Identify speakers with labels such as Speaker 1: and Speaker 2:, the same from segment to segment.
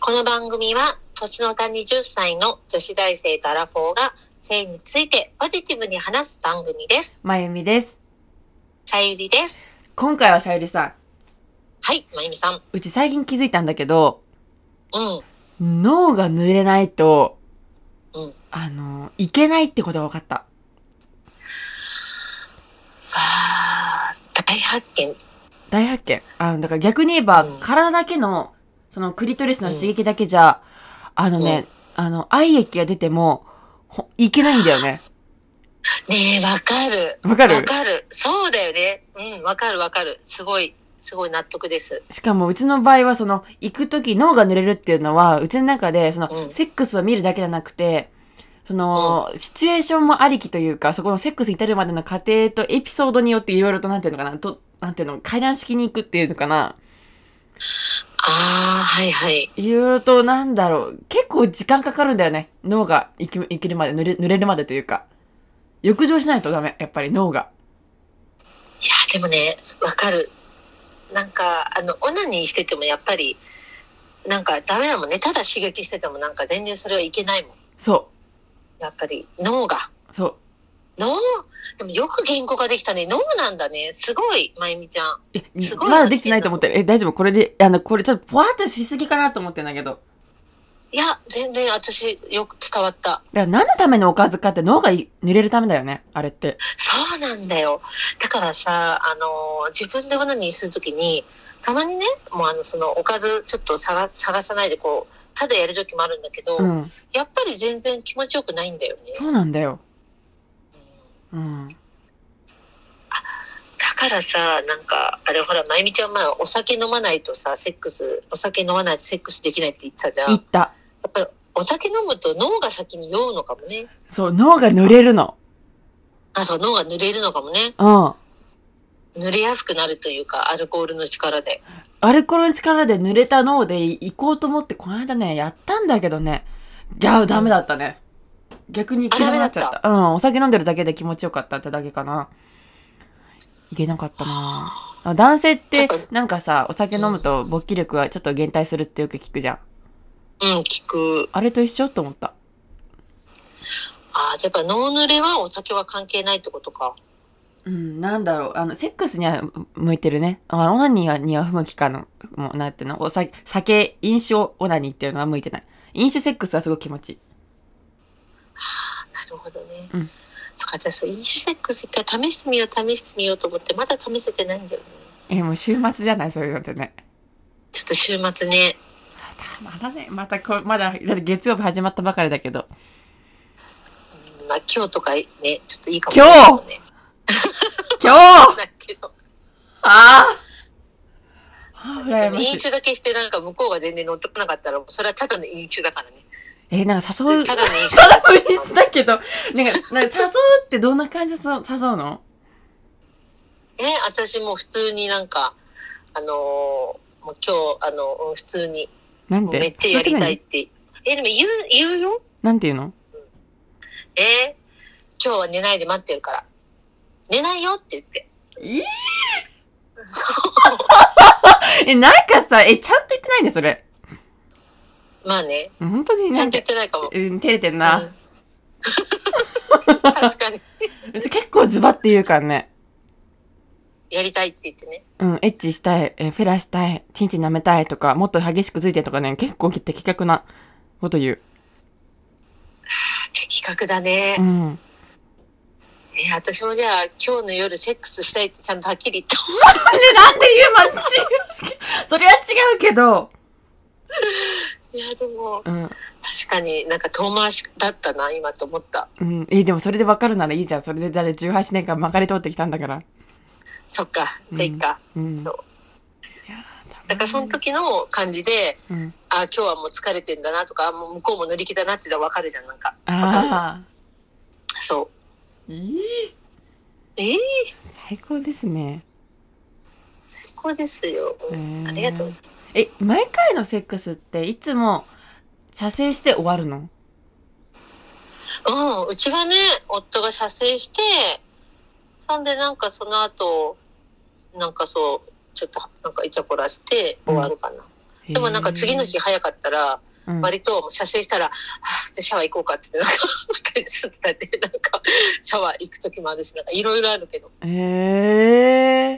Speaker 1: この番組は年の谷10歳の女子大生とアラフォーが性についてポジティブに話す番組です。
Speaker 2: まゆみです。
Speaker 1: さゆりです。
Speaker 2: 今回はさゆりさん、
Speaker 1: はい、まゆみさん。
Speaker 2: うち最近気づいたんだけど、
Speaker 1: うん。
Speaker 2: 脳が濡れないと、
Speaker 1: うん
Speaker 2: あの、いけないってことが分かった。
Speaker 1: あー、大発見。
Speaker 2: 大発見。あの、だから逆に言えば、
Speaker 1: うん
Speaker 2: 体だけの、そのクリトリスの刺激だけじゃ、あのね、あの、愛液が出ても、ほいけないんだよね。
Speaker 1: ねえ、わかる。
Speaker 2: わか
Speaker 1: わ
Speaker 2: る
Speaker 1: かる。そうだよね。うん、わかるわかる。すごい、すごい納得です。
Speaker 2: しかも、うちの場合は、その、行くとき脳が濡れるっていうのは、うちの中で、その、
Speaker 1: うん
Speaker 2: セックスを見るだけじゃなくて、その、シチュエーションもありきというか、そこのセックスに至るまでの過程とエピソードによっていろいろと、なんていうのかな、と、なんていうの、階段式に行くっていうのかな、
Speaker 1: あー、はいはい。
Speaker 2: いろいろと、なんだろう、結構時間かかるんだよね。脳が生き、生きるまで、濡れ、濡れるまでというか。浴場しないとダメ、やっぱり脳が。
Speaker 1: いや、でもね、わかる。なんか、あの、オナニーしててもやっぱり、なんかダメだもんね。ただ刺激しててもなんか全然それはいけないもん。
Speaker 2: そ
Speaker 1: やっぱり、脳が。
Speaker 2: う、そう。
Speaker 1: 脳でもよく言語化できたね。脳なんだね。すごい、まゆみちゃん。
Speaker 2: え、
Speaker 1: すごい
Speaker 2: まだできてないと思ってる。え、大丈夫これで、あの、これちょっと、ぽわっとしすぎかなと思ってんだけど。
Speaker 1: いや、全然私よく伝わった。
Speaker 2: だから何のためのおかずかって脳がい濡れるためだよね、あれって。
Speaker 1: そうなんだよ。だからさ、あのー自分でオナニーするときに、たまにね、もうあの、その、おかずちょっと探探さないでこう、ただやるときもあるんだけど、
Speaker 2: うん。
Speaker 1: やっぱり全然気持ちよくないんだよね。
Speaker 2: そうなんだよ。
Speaker 1: うん
Speaker 2: うん。
Speaker 1: だからさなんかあれほらまゆみちゃん前お酒飲まないとさセックスお酒飲まないとセックスできないって言ってたじゃん
Speaker 2: 言
Speaker 1: や
Speaker 2: った。
Speaker 1: っぱりお酒飲むと脳が先に酔うのかもね
Speaker 2: そう、脳が濡れるの。
Speaker 1: あそう脳が濡れるのかもね
Speaker 2: うん。
Speaker 1: 濡れやすくなるというかアルコールの力で
Speaker 2: アルコールの力で濡れた脳で行こうと思って、この間ね、やったんだけどね。いや、ダメだったね。逆に行けなくなっちゃ
Speaker 1: あ
Speaker 2: っ
Speaker 1: ダ
Speaker 2: た。うん、お酒飲んでるだけで気持ちよかったってだけかな。いけなかったなあ男性って
Speaker 1: やっぱ、
Speaker 2: なんかさ、お酒飲むと勃起力がちょっと減退するってよく聞くじゃん。
Speaker 1: うん聞く
Speaker 2: あれと一緒と思った。
Speaker 1: あじゃあやっぱ脳濡れはお酒は関係ないってことか
Speaker 2: うん、なんだろう。あの、セックスには向いてるね。あオナニーはには不向きかの、もう、なんていうのお酒、酒、飲酒オナニーっていうのは向いてない。飲酒セックスはすごく気持ちいい。
Speaker 1: なるほどね
Speaker 2: うん
Speaker 1: そっか私飲酒セックス一回試してみよう試してみようと思ってまだ試せてないんだよね
Speaker 2: え、もう週末じゃないそういうのってね。
Speaker 1: ちょっと週末ね
Speaker 2: まだまだね、またこ、まだ、だって月曜日始まったばかりだけど。
Speaker 1: うんまあ今日とかねちょっといいかもしれないよね
Speaker 2: 今日
Speaker 1: だけど
Speaker 2: ああ
Speaker 1: で
Speaker 2: 羨
Speaker 1: も
Speaker 2: ま
Speaker 1: 飲
Speaker 2: しい。
Speaker 1: 酒だけしてなんか向こうが全然乗ってこなかったら、それはただの飲酒だからね。
Speaker 2: え、なんか誘う、
Speaker 1: た
Speaker 2: ただ
Speaker 1: だの飲酒だ
Speaker 2: の飲酒だけど、なんか、なんか誘うってどんな感じで誘う誘うの
Speaker 1: え、私もう普通になんか、あのーもう今日、あのうん普通に、
Speaker 2: なん
Speaker 1: もう
Speaker 2: で
Speaker 1: めっちゃやりたいって。え、でも言う、言うよ
Speaker 2: なんて言うの
Speaker 1: えー今日は寝ないで待ってるから。寝ないよって言って。
Speaker 2: いい
Speaker 1: そう
Speaker 2: え、なんかさ、え、ちゃんと言ってないんだよ、それ。
Speaker 1: まあね、
Speaker 2: 本当に
Speaker 1: ちゃ
Speaker 2: なん
Speaker 1: ん
Speaker 2: か
Speaker 1: と言ってないかも。
Speaker 2: うん、照れてんな。
Speaker 1: うん 確かに。
Speaker 2: うち結構ズバって言うからね。
Speaker 1: やりたいって言ってね。
Speaker 2: うん、エッチしたい、えフェラしたい、チンチン舐めたいとか、もっと激しくついてとかね、結構的確なこと言う。
Speaker 1: 的確だね。
Speaker 2: うん。
Speaker 1: えー私もじゃあ今日の夜セックスしたいってちゃんとはっきり言った方が
Speaker 2: ね、なんで言うマッチそれは違うけど。
Speaker 1: いや、でも、
Speaker 2: うん。
Speaker 1: 確かになんか遠回しだったな、今と思った。
Speaker 2: うん。え、でもそれでわかるならいいじゃん。それでだって18年間まかり通ってきたんだから。
Speaker 1: そっか、じゃあいっか。
Speaker 2: うん。
Speaker 1: そう。
Speaker 2: いやー
Speaker 1: だからその。時の感じで、
Speaker 2: たまにうん。
Speaker 1: あ、今日はもう疲れてんだなとか、あもう向こうも乗り気だなってのはわかるじゃん、なんか。
Speaker 2: あ
Speaker 1: そ。
Speaker 2: あ。いいう
Speaker 1: ええ
Speaker 2: 最高ですね。
Speaker 1: 最高ですよ。
Speaker 2: えー
Speaker 1: ありがとうございます。
Speaker 2: え、毎回のセックスっていつも射精して終わるの
Speaker 1: うん、うちはね、夫が射精して、そんでなんかその後、なんかそう、ちょっとなんかいちゃこらして終わるかな。でもなんか次の日早かったら、
Speaker 2: うん、
Speaker 1: 割ともう射精したら、はぁ、でシャワー行こうかって言って、なんか、二人で住んでたんで、なんか、シャワー行く時もあるし、なんかいろいろあるけど、終
Speaker 2: へ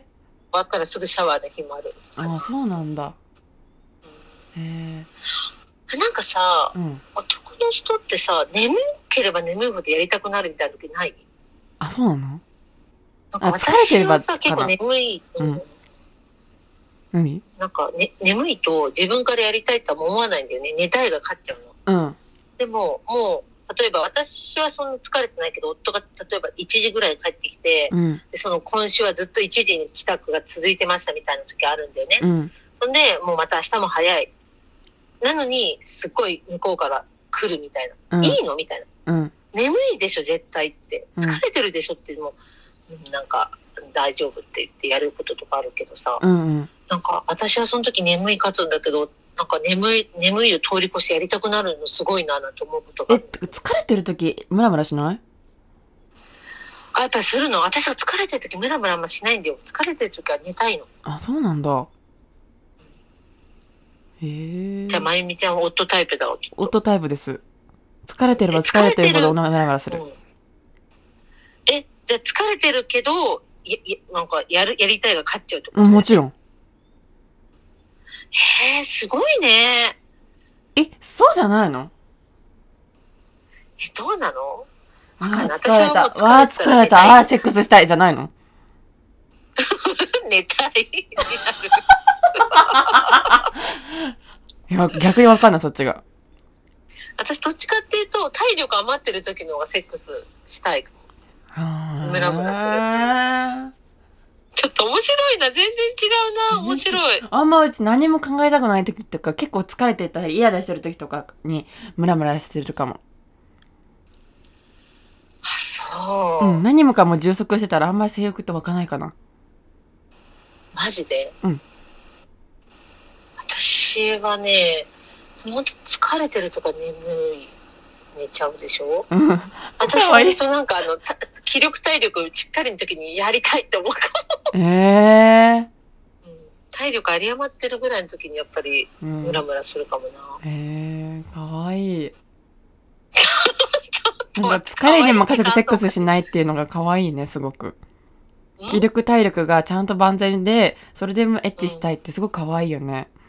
Speaker 2: え
Speaker 1: わったらすぐシャワーの日もある。
Speaker 2: あそうなんだへえ
Speaker 1: なんかさ、
Speaker 2: うん
Speaker 1: 男の人ってさ、眠ければ眠いほどやりたくなるみたいな時ない
Speaker 2: あそうなの
Speaker 1: なん
Speaker 2: あ
Speaker 1: か
Speaker 2: 疲れて
Speaker 1: 私
Speaker 2: れば
Speaker 1: はさ、結構眠い、
Speaker 2: らうん何
Speaker 1: なんか、ね、眠いと自分からやりたいとは思わないんだよね。寝たいが勝っちゃうの。
Speaker 2: うん
Speaker 1: でも、もう、例えば私はそんな疲れてないけど、夫が例えば1時ぐらいに帰ってきて、
Speaker 2: うん
Speaker 1: でその今週はずっと1時に帰宅が続いてましたみたいな時あるんだよね。
Speaker 2: うん
Speaker 1: そんで、もうまた明日も早い。なのに、すっごい向こうから来るみたいな。
Speaker 2: うん
Speaker 1: いいのみたいな。
Speaker 2: うん
Speaker 1: 眠いでしょ、絶対って。
Speaker 2: うん
Speaker 1: 疲れてるでしょって、もう、うんなんか、大丈夫って言ってやることとかあるけどさ、
Speaker 2: うんうん
Speaker 1: なんか私はその時眠い勝つんだけど、なんか眠い、眠いを通り越してやりたくなるのすごいななんて思うこと
Speaker 2: え
Speaker 1: がある。
Speaker 2: 疲れてる時ムラムラしない
Speaker 1: あ、やっぱりするの私は疲れてる時ムラムラあんましないんだよ。疲れてる時は寝たいの。
Speaker 2: あそうなんだへえ
Speaker 1: じゃあ、まゆみちゃんは夫タイプだわ、きっと
Speaker 2: 夫タイプです疲れてれば疲れてるほどお腹ムラムラする
Speaker 1: うんえ、じゃあ疲れてるけど、や、やなんかやる、やりたいが勝っちゃうってこと
Speaker 2: うんもちろん
Speaker 1: へえ、すごいね。
Speaker 2: えそうじゃないの
Speaker 1: え、どうなの
Speaker 2: あ
Speaker 1: かんない
Speaker 2: ー疲れた。
Speaker 1: 私
Speaker 2: わ
Speaker 1: はも
Speaker 2: あ
Speaker 1: う疲れて
Speaker 2: 疲れ
Speaker 1: 寝
Speaker 2: た。
Speaker 1: たい
Speaker 2: あーセックスしたいじゃないの
Speaker 1: 寝たいになる。
Speaker 2: いや、逆にわかんない、そっちが。
Speaker 1: 私どっちかっていうと、体力余ってる時の方がセックスしたいかも。ムラムラする
Speaker 2: あ
Speaker 1: ちょっと面白いな。全然違うな。面白い。
Speaker 2: ーあんまうち何も考えたくない時とか、結構疲れてたり、イライラしてる時とかに、ムラムラしてるかも。
Speaker 1: そうう。
Speaker 2: ん、何もかも充足してたら、あんまり性欲って湧かないかな。
Speaker 1: マジで
Speaker 2: うん
Speaker 1: 私はね、本当疲れてるとか眠い。寝ちゃうでしょ
Speaker 2: うん。あ
Speaker 1: 私
Speaker 2: かわいい
Speaker 1: 本当なんかあの、た気力体力しっかりの時にやりたいって思うか
Speaker 2: ええ
Speaker 1: も。うん体力有り余ってるぐらいの時にやっぱり
Speaker 2: ー。う
Speaker 1: ムラ
Speaker 2: ん。
Speaker 1: ムラするかもな。
Speaker 2: ええー、かわいい。
Speaker 1: ちょっと
Speaker 2: なんか
Speaker 1: 待って
Speaker 2: 疲れに任せてセックスしないっていうのが可愛いね、すごく。
Speaker 1: うん
Speaker 2: 気力体力がちゃんと万全で、それでもエッチしたいってすごく可愛いよね。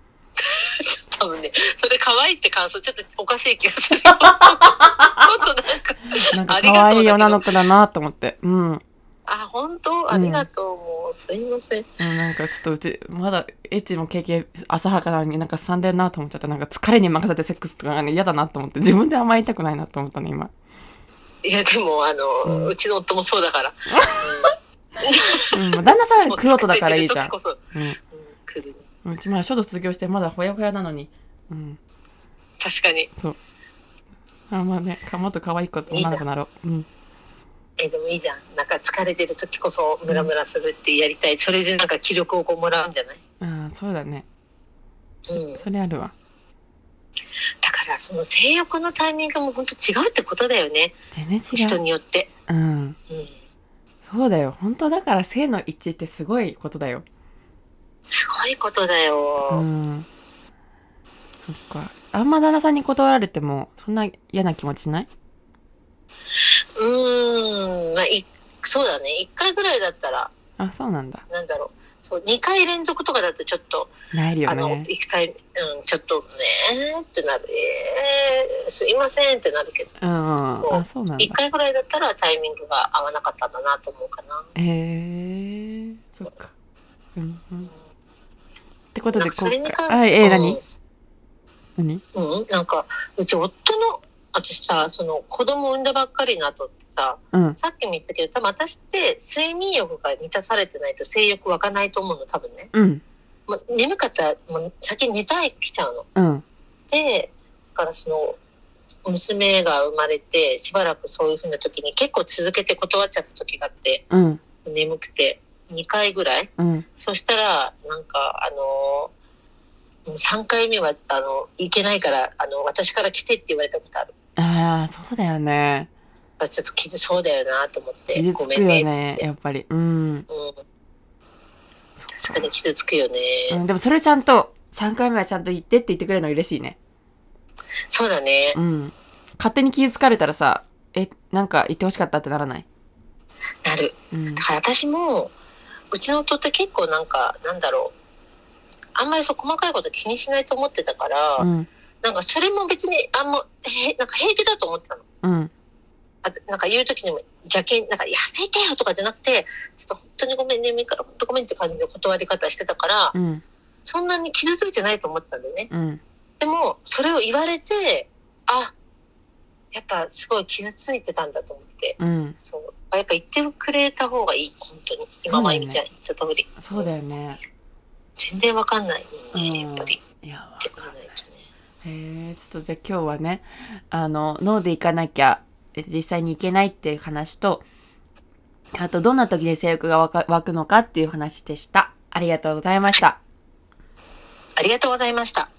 Speaker 1: ちょっと多分ね、それ可愛いって感想ちょっとおかしい気がす るよ。本当なんか、
Speaker 2: なんか可愛い女の子だなと思って。うん。うん
Speaker 1: あ、本当ありがとう。もうすいません。
Speaker 2: なんかちょっとうち、まだエッチも経験浅はかなのになんかんでるなと思っちゃった。なんか疲れに任せてセックスとかがね嫌だなと思って、自分であんまり痛くないなと思ったね、今。
Speaker 1: いや、でも、あの、
Speaker 2: う
Speaker 1: うんちの夫もそうだから。
Speaker 2: うん。旦那さん
Speaker 1: そ
Speaker 2: は
Speaker 1: う
Speaker 2: クロトだからいいじゃん
Speaker 1: 疲れ。てる時こ
Speaker 2: う
Speaker 1: そう
Speaker 2: ん
Speaker 1: ん来るね。
Speaker 2: うちまだ書道卒業してまだほやほやなのに。うん。
Speaker 1: 確かに。
Speaker 2: あんまね、かもっと可愛い子と女の子なろう。うん。
Speaker 1: え、でもいいじゃん。なんか疲れてる時こそムラムラするってやりたい。それでなんか気力をこうもらうんじゃない
Speaker 2: ああ、そうだね。
Speaker 1: うん。だ
Speaker 2: それあるわ。
Speaker 1: から、その性欲のタイミングも本当違うってことだよね。
Speaker 2: 全然違
Speaker 1: 人
Speaker 2: う。
Speaker 1: によって。
Speaker 2: うん。
Speaker 1: うん。
Speaker 2: そうだよ。本当だから性の一致ってすごいことだよ。
Speaker 1: すごいことだ
Speaker 2: う
Speaker 1: よ。
Speaker 2: ん。そっか。あんま旦那さんに断られても、そんな嫌な気持ちしないう
Speaker 1: ーん。まあ、い、そうだね。一回ぐらいだったら、
Speaker 2: あ、そうなんだ。
Speaker 1: なんだろう。そう、二回連続とかだとちょっと、
Speaker 2: なえるよ
Speaker 1: あの、
Speaker 2: ね。
Speaker 1: 一回、うん、ちょっとねーってなる、えー、すいませんってなるけど、
Speaker 2: うんうん。あ、そうなんだ
Speaker 1: 一。回ぐらいだったらタイミングが合わなかったんだなと思うかな。
Speaker 2: へえー、そっか。うんうん。っ
Speaker 1: ん
Speaker 2: てこと
Speaker 1: なん
Speaker 2: で、
Speaker 1: かそれに関
Speaker 2: あ、えー、何
Speaker 1: う
Speaker 2: 何
Speaker 1: んうん、なんか、うち夫の、私さ、その子供産んだばっかりの後ってさ、
Speaker 2: うん。
Speaker 1: さっきも言ったけど、多分私って睡眠欲が満たされてないと性欲湧かないと思うの、多分ね。
Speaker 2: うん。
Speaker 1: ま、眠かったら、もう先に寝たい来ちゃうの。
Speaker 2: うん。
Speaker 1: で、だからその、娘が生まれて、しばらくそういう風な時に結構続けて断っちゃった時があって、
Speaker 2: うん。
Speaker 1: 眠くて、2回ぐらい
Speaker 2: うん。
Speaker 1: そしたら、なんか、あのー、3回目は、あの、行けないから、あの、私から来てって言われたことある。
Speaker 2: ああ、そうだよね。
Speaker 1: あちょっと傷そうだよなと思って、
Speaker 2: 傷
Speaker 1: ご
Speaker 2: つ
Speaker 1: め
Speaker 2: くよ
Speaker 1: んねって
Speaker 2: ね、やっぱり。うん。
Speaker 1: うん、
Speaker 2: そっ
Speaker 1: 確
Speaker 2: か
Speaker 1: かに傷つくよね。
Speaker 2: うん、でもそれちゃんと、 3回目はちゃんと行ってって言ってくれるの嬉しいね。
Speaker 1: そうだね。
Speaker 2: うん。勝手に気づかれたらさ、え、なんか言ってほしかったってならない
Speaker 1: なる。
Speaker 2: うん
Speaker 1: だ。から私も、うちの夫って結構なんか、なんだろう。あんまりそう細かいこと気にしないと思ってたから、
Speaker 2: うん。
Speaker 1: なんかそれも別にあんま、へなんか平気だと思ってたの。
Speaker 2: うん。
Speaker 1: あとなんか言うときにも邪険、なんかやめてよとかじゃなくて、ちょっと本当にごめんね、みから本当ごめんって感じの断り方してたから、
Speaker 2: うん。
Speaker 1: そんなに傷ついてないと思ってたんだよね。
Speaker 2: うん。
Speaker 1: でも、それを言われて、あ、やっぱすごい傷ついてたんだと思って。
Speaker 2: うん。
Speaker 1: そう。あやっぱ言ってくれた方がいい、本当に。今前みたいに言った通り。
Speaker 2: そうだよね。
Speaker 1: 全然わかんないもんね、
Speaker 2: うん
Speaker 1: やっぱり。
Speaker 2: いや、わ
Speaker 1: ってこ
Speaker 2: か
Speaker 1: と
Speaker 2: ん
Speaker 1: な
Speaker 2: ないい
Speaker 1: と。ね。
Speaker 2: へえちょっとじゃあ今日はね、あの、脳で行かなきゃ、え実際に行けないっていう話と、あと、どんな時に性欲が湧か湧くのかっていう話でした。ありがとうございました。
Speaker 1: ありがとうございました。